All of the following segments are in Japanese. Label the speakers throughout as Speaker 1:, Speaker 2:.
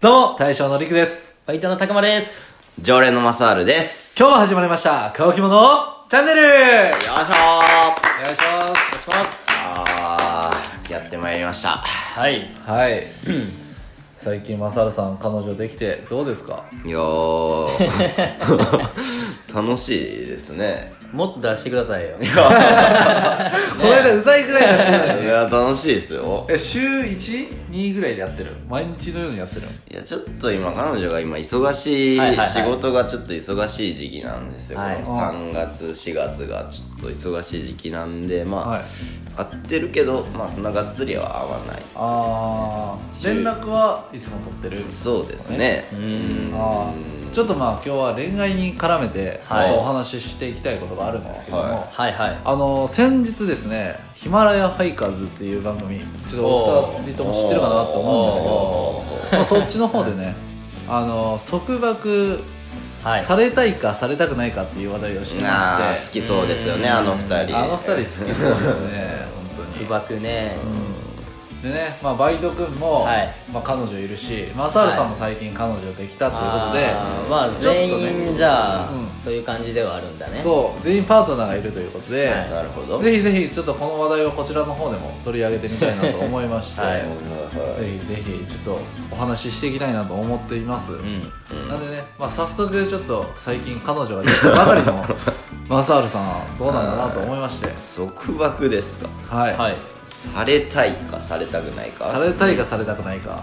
Speaker 1: どうも、大将のりくです。
Speaker 2: ファイターのたくまです。
Speaker 3: 常連のマサールです。
Speaker 1: 今日も始まりました、乾き物チャンネルお願い
Speaker 3: よいしょーあ
Speaker 1: します。お願いします。
Speaker 3: ー、やってまいりました。
Speaker 2: はい。
Speaker 1: はい。最近、マサルさん、彼女できて、どうですか
Speaker 3: いやー、 楽しいですね。
Speaker 2: もっと出してくださいよ。
Speaker 1: この間、うざいぐらい出してた
Speaker 3: い
Speaker 1: よね。
Speaker 3: や、楽しいですよ。
Speaker 1: え、週 1?2 ぐらいでやってる毎日のようにやってる
Speaker 3: いや、ちょっと今、彼女が今、忙しい,、
Speaker 2: はいはいはい
Speaker 3: 仕事がちょっと忙しい時期なんですよ。
Speaker 2: はい
Speaker 3: 3月、4月がちょっと忙しい時期なんで、まあ、
Speaker 1: はい
Speaker 3: 合ってるけど、まあ、そんながっつりは合わない。
Speaker 1: あー、連絡はいつも取ってる
Speaker 3: そうですね。うん
Speaker 1: あーちょっとまあ、今日は恋愛に絡めて、ちょ
Speaker 2: はい
Speaker 1: っとお話ししていきたいことがあるんですけども、
Speaker 3: は
Speaker 2: はいはい。
Speaker 1: あの先日ですね「ヒマラヤハイカーズ」っていう番組ちょっとお二人とも知ってるかなと思うんですけどまあそっちの方でね あの束縛
Speaker 2: はい。
Speaker 1: されたいかされたくないかっていう話題をして
Speaker 3: なあ
Speaker 1: ま
Speaker 3: 好
Speaker 1: して
Speaker 3: きそうですよねあの二人
Speaker 1: あの二人好きそうですね本
Speaker 2: うばくね。
Speaker 1: 当にでね、まあ、バイト君も、
Speaker 2: はい
Speaker 1: まあ、彼女いるしマサールさんも最近彼女できたということで、
Speaker 2: あーまあ
Speaker 1: ちょっとね
Speaker 2: 全員じゃあ
Speaker 1: うん
Speaker 2: そういう感じではあるんだね。
Speaker 1: そう全員パートナーがいるということで、
Speaker 2: はい
Speaker 3: なるほど
Speaker 1: ぜひぜひちょっとこの話題をこちらの方でも取り上げてみたいなと思いまして、
Speaker 2: はい
Speaker 1: ぜひぜひちょっとお話ししていきたいなと思っています、
Speaker 2: うん。
Speaker 1: なんでね、まあ、早速ちょっと最近彼女ができたばかりのマサールさんどうなんだなと思いまして
Speaker 3: 束縛ですか
Speaker 1: はい、
Speaker 2: はい。
Speaker 3: されたいかされたくないか
Speaker 1: されたいかされたくないか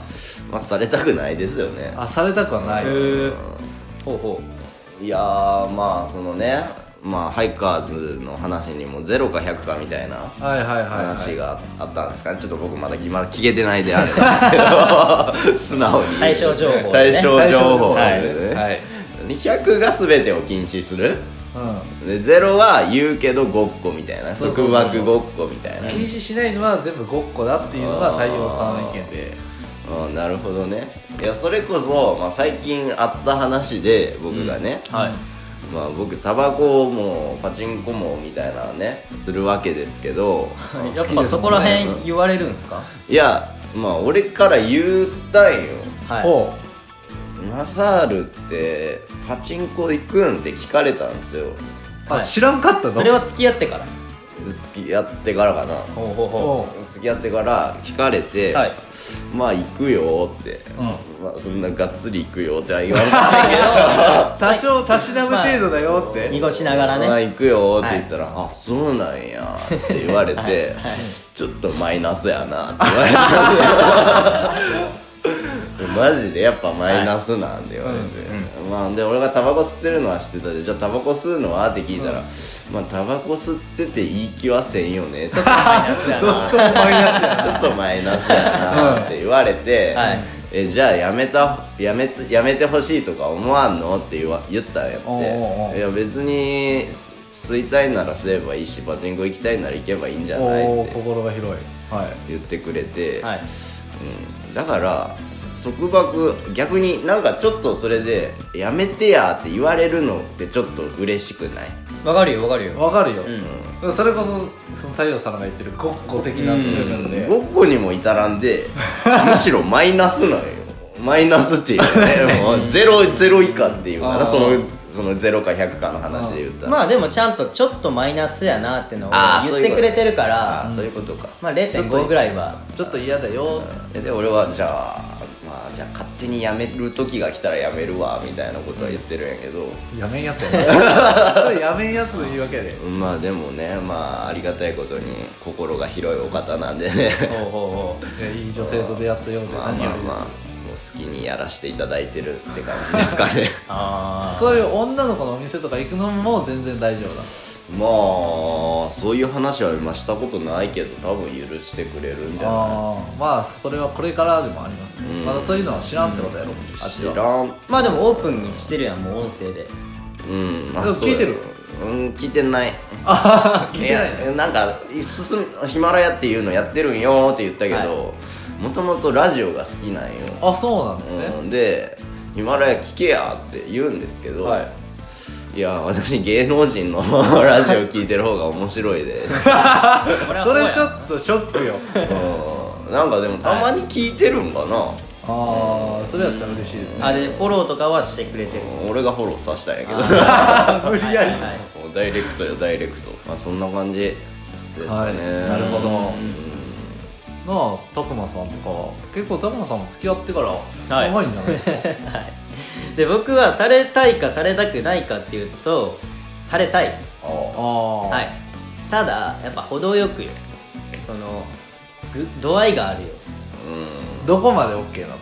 Speaker 3: まあ、されたくないですよね
Speaker 1: あされたくはない、
Speaker 2: ー。ほうほ
Speaker 3: いやーまあそのねまあハイカーズの話にも0か100かみたいな
Speaker 1: はいはいはい、はい、
Speaker 3: 話があったんですかね、ちょっと僕まだまだ聞けてないであれなん ですけど素直に
Speaker 2: 対象情報ね
Speaker 3: 対象情報
Speaker 2: 対
Speaker 3: で
Speaker 2: 象
Speaker 3: ね、
Speaker 1: はい、
Speaker 3: 100が全てを禁止する
Speaker 1: うん
Speaker 3: で0は言うけどごっこみたいな
Speaker 1: そう
Speaker 3: 束
Speaker 1: そうそう
Speaker 3: 縛ごっこみたいな
Speaker 1: 禁止しないのは全部ごっこだっていうのが太陽さんの意見で
Speaker 3: うん、なるほどねいやそれこそ、まあ、最近あった話で僕がね、
Speaker 2: う。はい。
Speaker 3: まあ、僕タバコもパチンコもみたいなねするわけですけど
Speaker 1: 好き
Speaker 2: や
Speaker 1: で
Speaker 2: っ
Speaker 1: すもん
Speaker 2: ぱ
Speaker 1: ね
Speaker 2: そこら辺言われるんですか。
Speaker 3: いやまあ俺から言ったんよ
Speaker 2: はい。
Speaker 1: ほう
Speaker 3: マサールってパチンコ行くんって聞かれたんですよ
Speaker 1: あ、
Speaker 2: はい
Speaker 1: 知らんかったの
Speaker 2: それは付き合ってから。
Speaker 3: 付き合ってからかな
Speaker 2: ほうほう
Speaker 1: お
Speaker 2: ほ
Speaker 1: う
Speaker 3: 付き合ってから聞かれて、
Speaker 2: う。はい。
Speaker 3: まあ行くよって、
Speaker 2: ん
Speaker 3: まあ、そんながっつり行くよっては言われないけど
Speaker 1: 多少たしなむ程度だよって、
Speaker 2: 濁しながら
Speaker 3: まあ
Speaker 2: ね。
Speaker 3: 行くよって言ったら、あそうなんやって言われて、ちょっとマイナスやなって言われ たマジでやっぱマイナスなんて言われて、まあで俺がタバコ吸ってるのは知ってたでじゃあタバコ吸うのはって聞いたら、まあタバコ吸ってていい気はせんよねちょっと
Speaker 2: マイナスやな
Speaker 1: どっちともマイナスや
Speaker 3: ちょっとマイナスやなって言われて、
Speaker 2: はい
Speaker 3: えじゃあやめたやめたやめてほしいとか思わんのって言わ言ったんやって
Speaker 1: おうおうおう
Speaker 3: いや別にす吸いたいなら吸えばいいしパチンコ行きたいなら行けばいいんじゃない
Speaker 1: お
Speaker 3: っ
Speaker 1: ー
Speaker 3: て
Speaker 1: 心が広いはい
Speaker 3: 言ってくれて、
Speaker 2: はい。
Speaker 3: うん、だから束縛逆になんかちょっとそれで「やめてや」って言われるのってちょっと嬉しくない
Speaker 2: わかるよわかるよ。
Speaker 1: わかるよ、
Speaker 2: うん。
Speaker 1: それこそその太陽さんが言ってるごっこ的な部分で、
Speaker 3: ごっこにも至らんでむしろマイナスなんよマイナスっていうねもうゼロゼロ以下っていうか
Speaker 1: あー
Speaker 3: なそのそのゼロか100かの話で言ったら
Speaker 2: まあでもちゃんとちょっとマイナスやなってのを
Speaker 3: あー
Speaker 2: 言ってくれてるか
Speaker 3: あ
Speaker 2: ら
Speaker 3: あそういうことか、
Speaker 2: まあ0.5ぐらいは
Speaker 1: ちょっと嫌だよ
Speaker 3: で俺はじゃあまあじゃあ勝手に辞める時が来たら辞めるわみたいなことは言ってるんやけど、
Speaker 1: やめんやつやねそれやめんやつの言い訳で
Speaker 3: まあでもねまあありがたいことに心が広いお方なんでね
Speaker 2: ほうほうほう
Speaker 1: いやいい女性と出会ったようで
Speaker 3: まあ
Speaker 1: 何よ
Speaker 3: まあ
Speaker 1: りです、
Speaker 3: まあもう好きにやらせていただいてるって感じですかね
Speaker 2: あ
Speaker 1: そういう女の子のお店とか行くのも全然大丈夫だ
Speaker 3: まあそういう話は今したことないけど多分許してくれるんじゃな
Speaker 1: あーまあそれはこれからでもありますね、
Speaker 3: うん
Speaker 1: まだそういうのは知らんってことやろ、
Speaker 3: い
Speaker 1: あっ
Speaker 3: 知
Speaker 1: ちは
Speaker 3: らん
Speaker 2: まあでもオープンにしてるやんもう音声で
Speaker 3: うん
Speaker 1: でも聞いてる
Speaker 3: そううん聞いてない
Speaker 1: 聞いてない
Speaker 3: やなんか進むヒマラヤっていうのやってるんよって言ったけどもともとラジオが好きなんよ、
Speaker 1: あそうなんですね、
Speaker 3: うん、で「ヒマラヤ聞けや」って言うんですけど、
Speaker 1: はい
Speaker 3: い、や私芸能人のラジオ聞いてる方が面白い で
Speaker 2: そ
Speaker 1: それちょっとショックよ
Speaker 3: うんなんかでもたまに聞いてるんかな、
Speaker 1: あああそれやったら嬉しいですね
Speaker 2: あれフォローとかはしてくれてる
Speaker 3: 俺がフォローさせたんやけど
Speaker 1: あ ー無理やり
Speaker 2: はいはいはい
Speaker 3: もうダイレクトよダイレクトまあそんな感じですかね、
Speaker 1: はいなるほど
Speaker 3: うん
Speaker 1: なあ拓磨さんとかは結構拓磨さんも付き合ってから長いんじゃないです か、
Speaker 2: はいで僕はされたいかされたくないかっていうとされたい
Speaker 1: ああ
Speaker 2: はいただやっぱ程よくよそのぐ度合いがあるよ
Speaker 1: どこまで OK なの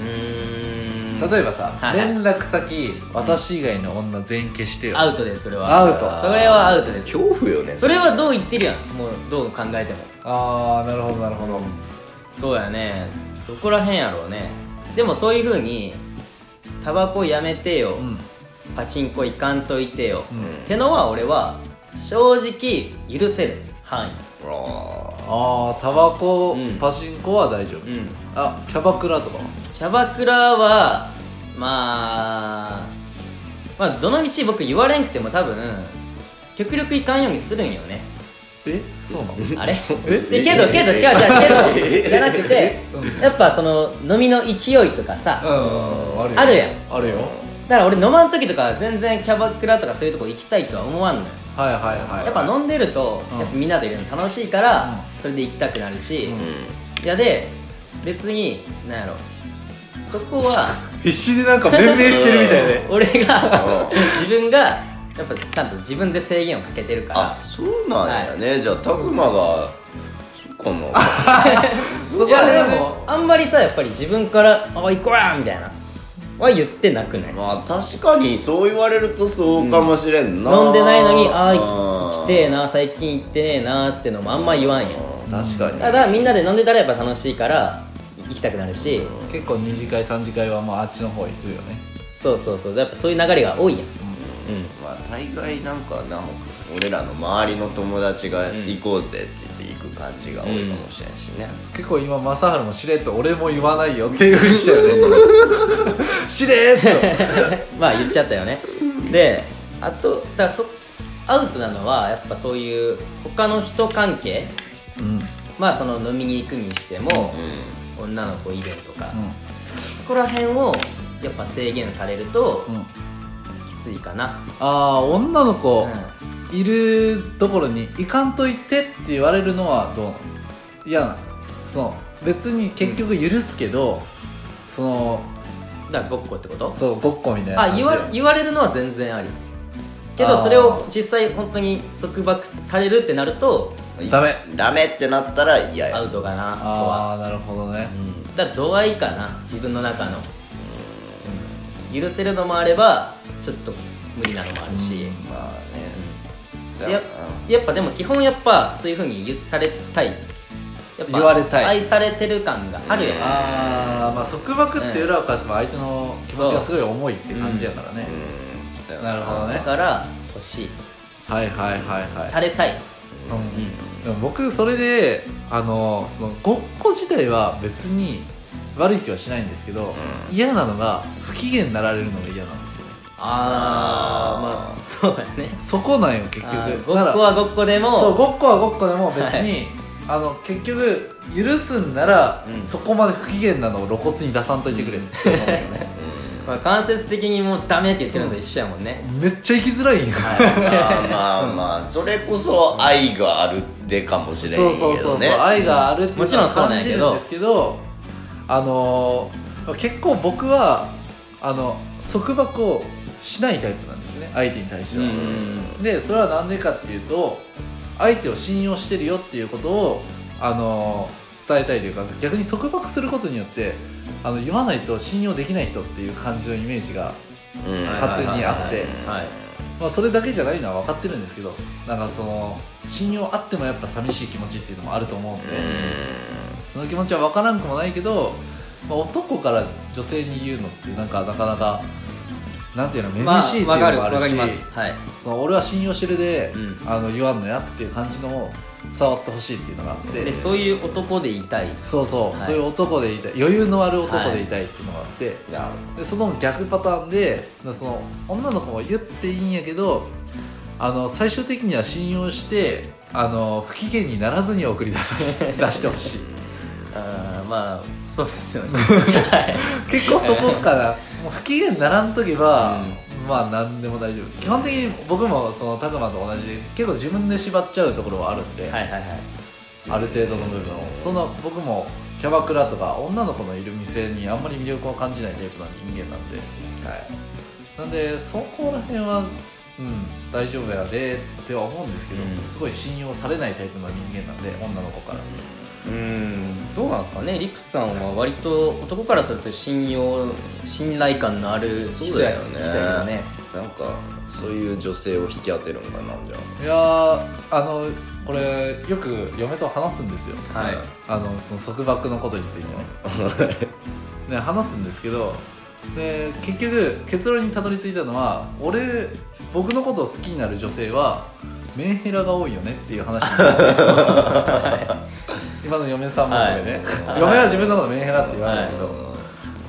Speaker 2: うーん
Speaker 1: 例えばさ、
Speaker 2: はい
Speaker 1: 連絡先私以外の女全員消してよ
Speaker 2: アウトですそれは
Speaker 1: アウト
Speaker 2: それはアウトです
Speaker 3: 恐怖よね
Speaker 2: それはどう言ってるやんもうどう考えても
Speaker 1: ああなるほどなるほど、
Speaker 2: そうやねどこらへんやろうねでもそういうふうにタバコやめてよ、
Speaker 1: うん
Speaker 2: パチンコ行かんといてよ、
Speaker 1: うん
Speaker 2: ってのは俺は正直許せる範囲
Speaker 3: あ
Speaker 1: ああタバコ、
Speaker 2: うん
Speaker 1: パチンコは大丈夫、
Speaker 2: うん
Speaker 1: あキャバクラとかは
Speaker 2: キャバクラはまあまあどの道僕言われんくても多分極力行かんようにするんよ ね
Speaker 1: えそうなの
Speaker 2: あれ
Speaker 1: え
Speaker 2: でけどけど違う違うけ どじゃなくてやっぱその飲みの勢いとかさ、
Speaker 1: うんうんうん
Speaker 2: あ
Speaker 1: あ
Speaker 2: る
Speaker 1: る
Speaker 2: や
Speaker 1: や
Speaker 2: ん
Speaker 1: あるよ
Speaker 2: だから俺飲まん時とかは全然キャバクラとかそういうとこ行きたいとは思わんのよ
Speaker 1: はいはいはい
Speaker 2: やっぱ飲んでると、
Speaker 1: うん
Speaker 2: やっぱみんなといるの楽しいから、それで行きたくなるし、
Speaker 1: う
Speaker 3: ー
Speaker 1: ん
Speaker 2: いやで別になんやろそこは
Speaker 1: 必死でなんか弁明してるみたいで
Speaker 2: 俺が自分がやっぱちゃんと自分で制限をかけてるか
Speaker 3: あ
Speaker 2: ら
Speaker 3: そうなんやね、じゃあ拓磨がそうか な
Speaker 1: そこ
Speaker 2: いや
Speaker 1: ら
Speaker 2: で
Speaker 1: 辺
Speaker 2: もあんまりさやっぱり自分から「あ行こうや!」みたいなは言ってなくない
Speaker 3: まあ確かにそう言われるとそうかもしれんな、
Speaker 2: 飲んでないのに「あ
Speaker 3: うん
Speaker 2: ー来てえな最近行ってねえな」ってのもあんま言わんや
Speaker 3: 確かに
Speaker 2: ただみんなで飲んでたらやっぱ楽しいから行きたくなるし
Speaker 1: 結構二次会三次会はもうあっちの方行くよね
Speaker 2: そうそうそうやっぱそういう流れが多いやんうん
Speaker 3: まあ大概なんかな俺らの周りの友達が行こうぜって言って行く感じが多いかもしれんしね、
Speaker 1: 結構今正治もしれっと俺も言わないよっていうふうにしたよねしれっと
Speaker 2: まあ言っちゃったよねであとだからそアウトなのはやっぱそういう他の人関係
Speaker 1: うん
Speaker 2: まあその飲みに行くにしても、女の子いるとか、そこら辺をやっぱ制限されると
Speaker 1: うんうん
Speaker 2: きついかな、
Speaker 1: ああ女の
Speaker 2: うん
Speaker 1: 子、いるところに行かんといてって言われるのはどうなの嫌なのその別に結局許すけど、その
Speaker 2: だからごっこってこと
Speaker 1: そうごっこみたいな
Speaker 2: あ言われ
Speaker 1: 感じで
Speaker 2: 言われるのは全然ありけど
Speaker 1: あー
Speaker 2: それを実際本当に束縛されるってなると
Speaker 3: う ん
Speaker 1: ダメ
Speaker 3: ダメってなったら嫌
Speaker 2: ア
Speaker 3: や
Speaker 2: ウトかなそこは、
Speaker 1: ああなるほどね
Speaker 2: うん、だから度合いかな自分の中の、うん許せるのもあればちょっと無理なのもあるし、
Speaker 1: うん
Speaker 3: まあねそ
Speaker 2: や
Speaker 3: や
Speaker 2: やっぱでも基本やっぱそういうふうに言されたいやっぱ
Speaker 1: 言われたい
Speaker 2: 愛されてる感があるよね、
Speaker 1: ああまあ束縛って裏を返せば相手の気持ちがすごい重いって感じやからね
Speaker 3: うん、うんそや
Speaker 1: なるほどね
Speaker 2: だから欲しい、
Speaker 1: はいはいはいはい
Speaker 2: されたい、
Speaker 1: うんでも僕それであのそのごっこ自体は別に悪い気はしないんですけど、
Speaker 3: う
Speaker 1: 嫌なのが不機嫌になられるのが嫌なんですよね
Speaker 2: あ
Speaker 3: あー
Speaker 2: あまあそうだね
Speaker 1: そこなんよ結局
Speaker 2: あーご
Speaker 1: だか
Speaker 2: っ
Speaker 1: ら
Speaker 2: こはごっこでも
Speaker 1: そうごっこはごっこでも別に、あの結局許すんなら、
Speaker 2: うん
Speaker 1: そこまで不機嫌なのを露骨に出さんといてくれって思うよ ね
Speaker 2: まあ、間接的にもうダメって言ってるのと一緒やもんね、
Speaker 1: めっちゃ生きづらいんよ、
Speaker 3: まあまあまあそれこそ愛があるでかもしれんけ
Speaker 1: そ
Speaker 3: ど
Speaker 1: う
Speaker 3: ね
Speaker 1: そうそうそう、愛があるってい
Speaker 2: も
Speaker 1: う
Speaker 2: ち
Speaker 1: の
Speaker 2: ろ
Speaker 1: は
Speaker 2: んそうなん
Speaker 1: 感
Speaker 2: や
Speaker 1: じ
Speaker 2: け
Speaker 1: る
Speaker 2: ど
Speaker 1: んですけどあのー結構僕はあの束縛をしないタイプなんですね相手に対しては、
Speaker 2: うん
Speaker 1: でそれは何でかっていうと相手を信用してるよっていうことをあの伝えたいというか逆に束縛することによってあの言わないと信用できない人っていう感じのイメージが、
Speaker 3: うん
Speaker 1: 勝手にあって
Speaker 2: はい
Speaker 1: まあ、それだけじゃないのは分かってるんですけどなんかその信用あってもやっぱ寂しい気持ちっていうのもあると思うんで、その気持ちは分からんくもないけど、まあ、男から女性に言うのってなんかなかなかなんていうのめ
Speaker 2: ま
Speaker 1: め
Speaker 2: あ
Speaker 1: しいっていうのも
Speaker 2: わかる
Speaker 1: あ
Speaker 2: わ
Speaker 1: る
Speaker 2: か
Speaker 1: し、
Speaker 2: りますはい
Speaker 1: その俺は信用してるで、
Speaker 2: うん
Speaker 1: あの言わんのやっていう感じのを伝わってほしいっていうのがあって
Speaker 2: でそういう男でいたい
Speaker 1: そうそう、
Speaker 2: はい
Speaker 1: そういう男でいたい余裕のある男でいたいっていうのがあって、
Speaker 3: な
Speaker 1: でその逆パターンでその女の子も言っていいんやけどあの最終的には信用 してあの不機嫌にならずに送り出さし出してほしい
Speaker 2: あーまあそうですよね はい
Speaker 1: 結構そこかなもう不機嫌にならんとけば、まあ何でも大丈夫基本的に僕もそのタグマと同じで結構自分で縛っちゃうところはあるんで、
Speaker 2: はいはいはい
Speaker 1: ある程度の部分をその僕もキャバクラとか女の子のいる店にあんまり魅力を感じないタイプな人間なんでなんでそこら辺はうん大丈夫やでっては思うんですけど、
Speaker 2: うん
Speaker 1: すごい信用されないタイプの人間なんで女の子から
Speaker 2: うんどうなんですかねリクさんは割と男からすると信用信頼感のある人
Speaker 3: そうだよね
Speaker 2: 人やけどね
Speaker 3: なんかそういう女性を引き当てるんかなじゃ
Speaker 1: いやーあのこれよく嫁と話すんですよ
Speaker 2: はい
Speaker 1: あのその束縛のことについてねね話すんですけどで結局結論にたどり着いたのは俺僕のことを好きになる女性はメンヘラが多いよねっていう話になって今の嫁さんも含めね、
Speaker 3: はい
Speaker 1: 嫁は自分のことメンヘラって言わない
Speaker 3: あ
Speaker 1: け
Speaker 3: う
Speaker 1: ど、
Speaker 3: ん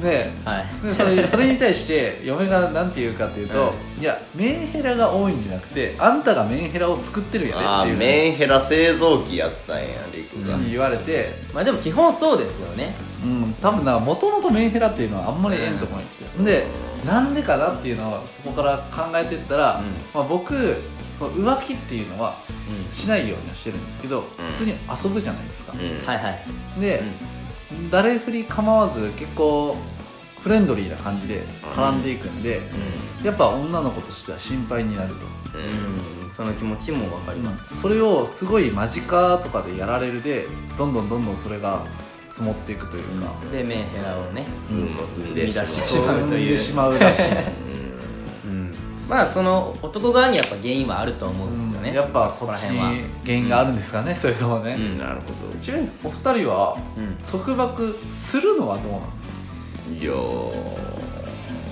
Speaker 1: で
Speaker 2: はい
Speaker 1: でそれそれに対して嫁が何て言うかっていうと、いやメンヘラが多いんじゃなくてあんたがメンヘラを作ってるよね
Speaker 3: あ
Speaker 1: ってい
Speaker 3: ー
Speaker 1: う
Speaker 3: メンヘラ製造機やったんやリクが、
Speaker 1: ふうに言われて、
Speaker 2: まあでも基本そうですよね
Speaker 1: うん、多分なもともとメンヘラっていうのはあんまりええんと思うよでなんでかなっていうのをそこから考えてったら、
Speaker 2: うん
Speaker 1: まあ、僕その浮気っていうのは
Speaker 2: う
Speaker 1: しないようにはしてるんですけど、
Speaker 3: うん
Speaker 1: 普通に遊ぶじゃないですか、
Speaker 3: うん
Speaker 2: んはいはい
Speaker 1: で、誰振り構わず結構フレンドリーな感じで絡んでいくんで、やっぱ女の子としては心配になると、
Speaker 3: うん
Speaker 2: うんその気持ちもわかります
Speaker 1: それをすごい間近とかでやられるでどんどんどんどんそれが積もっていくというか、
Speaker 2: でメンヘラをね
Speaker 3: うんうん生ん
Speaker 2: 生み出
Speaker 3: で
Speaker 2: して
Speaker 3: し
Speaker 2: し
Speaker 3: まう
Speaker 2: まうという
Speaker 1: 生んでしまうらしいです
Speaker 2: まあその男側にやっぱ原因はあると思うんですよね、
Speaker 1: うんやっぱこっち
Speaker 2: そこら辺
Speaker 1: に
Speaker 2: は
Speaker 1: 原因があるんですかね、それともね、
Speaker 3: うんなるほど
Speaker 1: ちなみにお二人は
Speaker 2: うん
Speaker 1: 束縛するのはどうなの
Speaker 3: いや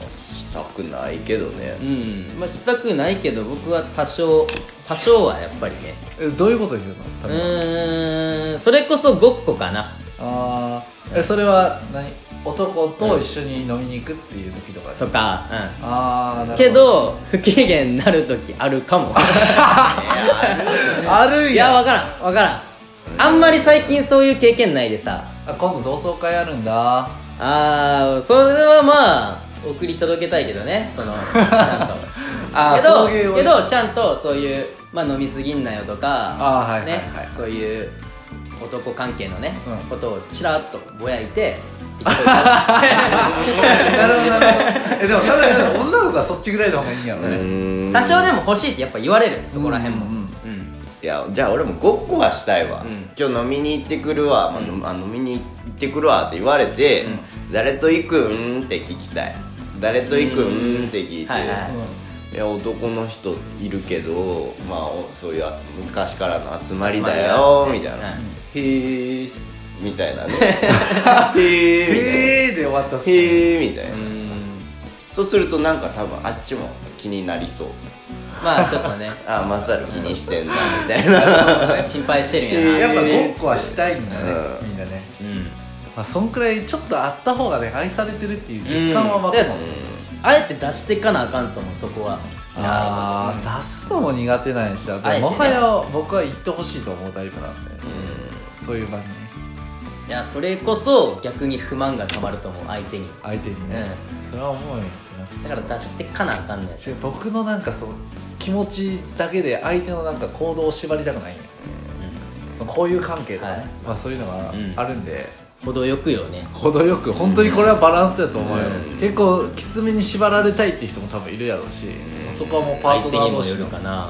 Speaker 3: ーしたくないけどね、
Speaker 2: うんまあ、したくないけど僕は多少多少はやっぱりね
Speaker 1: えどういうこと言うの
Speaker 2: う
Speaker 1: 例えば
Speaker 2: ーんそれこそごっこかな
Speaker 1: あーえそれは何男と一緒に飲みに行くっていう時とか、
Speaker 2: とか、
Speaker 1: ああな
Speaker 2: う、
Speaker 1: んる
Speaker 2: けど不機嫌になる時あるかも
Speaker 1: あるんや
Speaker 2: いや分からん分からんあんまり最近そういう経験ないでさ
Speaker 1: あ今度同窓会あるんだ
Speaker 2: ああそれはまあ送り届けたいけどねそのちゃんと
Speaker 1: あ
Speaker 2: け
Speaker 1: ー
Speaker 2: ど
Speaker 1: 送迎をね
Speaker 2: けどちゃんとそういう、まあ、飲みすぎんなよとか
Speaker 1: あーはいはい
Speaker 2: ね
Speaker 1: はいはい
Speaker 2: そういう男関係のね、
Speaker 1: うん
Speaker 2: ことをちらっとぼやいて
Speaker 1: なるほどなるほど えでもただ女の子はそっちぐらいの方がいいんやろ
Speaker 3: う
Speaker 1: ね、
Speaker 3: ん
Speaker 2: 多少でも欲しいってやっぱ言われるそこら辺も
Speaker 1: うんうん
Speaker 3: いやじゃあ俺もごっこはしたいわ、
Speaker 2: うん
Speaker 3: 今日飲みに行ってくるわ、まあ飲あ飲みに行ってくるわって言われて、誰と行くんって聞きたい誰と行くんって聞いて、
Speaker 2: はいはい
Speaker 3: いや男の人いるけどまあおそういうあ昔からの集まりだよみたいな、
Speaker 2: はい
Speaker 3: へえみたいなねへ
Speaker 1: へえ
Speaker 3: えみたいな
Speaker 1: で終わったしい
Speaker 3: へえみたいな、
Speaker 2: うん
Speaker 3: そうするとなんか多分あっちも気になりそう
Speaker 2: まあちょっと ね
Speaker 3: あマサル気にしてんだみたいな
Speaker 2: 心配してるん
Speaker 3: へ
Speaker 2: や
Speaker 1: や
Speaker 2: な、
Speaker 1: っぱごっこはしたいんだね、
Speaker 3: うん
Speaker 1: みんなね
Speaker 2: うん
Speaker 1: まあ、そんくらいちょっとあった方がね愛されてるっていう実感はまくも
Speaker 2: うん
Speaker 1: ん、
Speaker 2: あえて出していかなあかんと思うそこは
Speaker 1: あー出すのも苦手なんやしだって
Speaker 2: あえてね
Speaker 1: もはや僕は言ってほしいと思うタイプなんで、そういう場にね
Speaker 2: いやそれこそ逆に不満がたまると思う相手に
Speaker 1: 相手にね、それは思うよ
Speaker 2: だから出してかなあかんのやつ
Speaker 1: 違う僕のなんかその気持ちだけで相手のなんか行動を縛りたくないんよその交友関係とかね、
Speaker 2: はい
Speaker 1: まあ、そういうのが
Speaker 2: うん
Speaker 1: あるんで、
Speaker 2: 程よくよね
Speaker 1: 程よく本当にこれはバランスだと思うよ、
Speaker 3: うん
Speaker 1: 結構きつめに縛られたいって人も多分いるやろうし、
Speaker 3: ん
Speaker 1: そこはもうパ
Speaker 2: 相
Speaker 1: ー
Speaker 2: 手
Speaker 1: ト
Speaker 2: に
Speaker 1: ナー
Speaker 2: も
Speaker 1: 同
Speaker 2: よ
Speaker 1: 士
Speaker 2: る
Speaker 1: の
Speaker 2: かな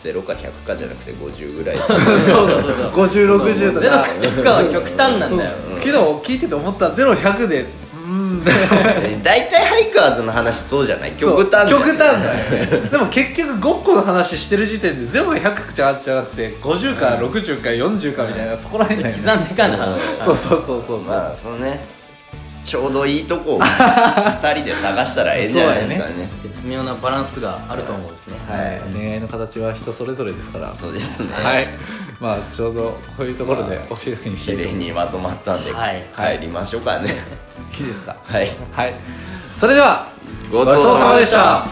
Speaker 3: 0か100かじゃなくて50ぐらい
Speaker 2: そうそうそうそう
Speaker 1: 5060と
Speaker 2: ゼロ
Speaker 1: か
Speaker 2: か100かは極端なんだよ
Speaker 1: 昨日聞いてて思った0100でうーん
Speaker 3: え 大体ハイカーズの話そうじゃない
Speaker 1: そう
Speaker 3: 極端
Speaker 1: 極端だよねでも結局ごっこの話してる時点で0が100じゃじゃなくて50か60か40かみたいなそこら辺だよね
Speaker 2: 刻んでかな
Speaker 3: うん
Speaker 1: そうそうそうそうそう、
Speaker 3: まあそのねちょうどいいとこを2人で探したらええんじゃないですかね
Speaker 2: 絶妙なバランスがあると思うんですね
Speaker 1: はい、恋愛の形は人それぞれですから
Speaker 3: そうですね
Speaker 1: はいまあちょうどこういうところでお昼にして
Speaker 3: 綺
Speaker 1: い
Speaker 3: 麗
Speaker 1: い
Speaker 3: にまとまったんで、
Speaker 2: はい
Speaker 3: 帰りましょうかね
Speaker 1: いですか
Speaker 3: はい
Speaker 1: はいそれでは
Speaker 3: ご
Speaker 1: ちそうさまでした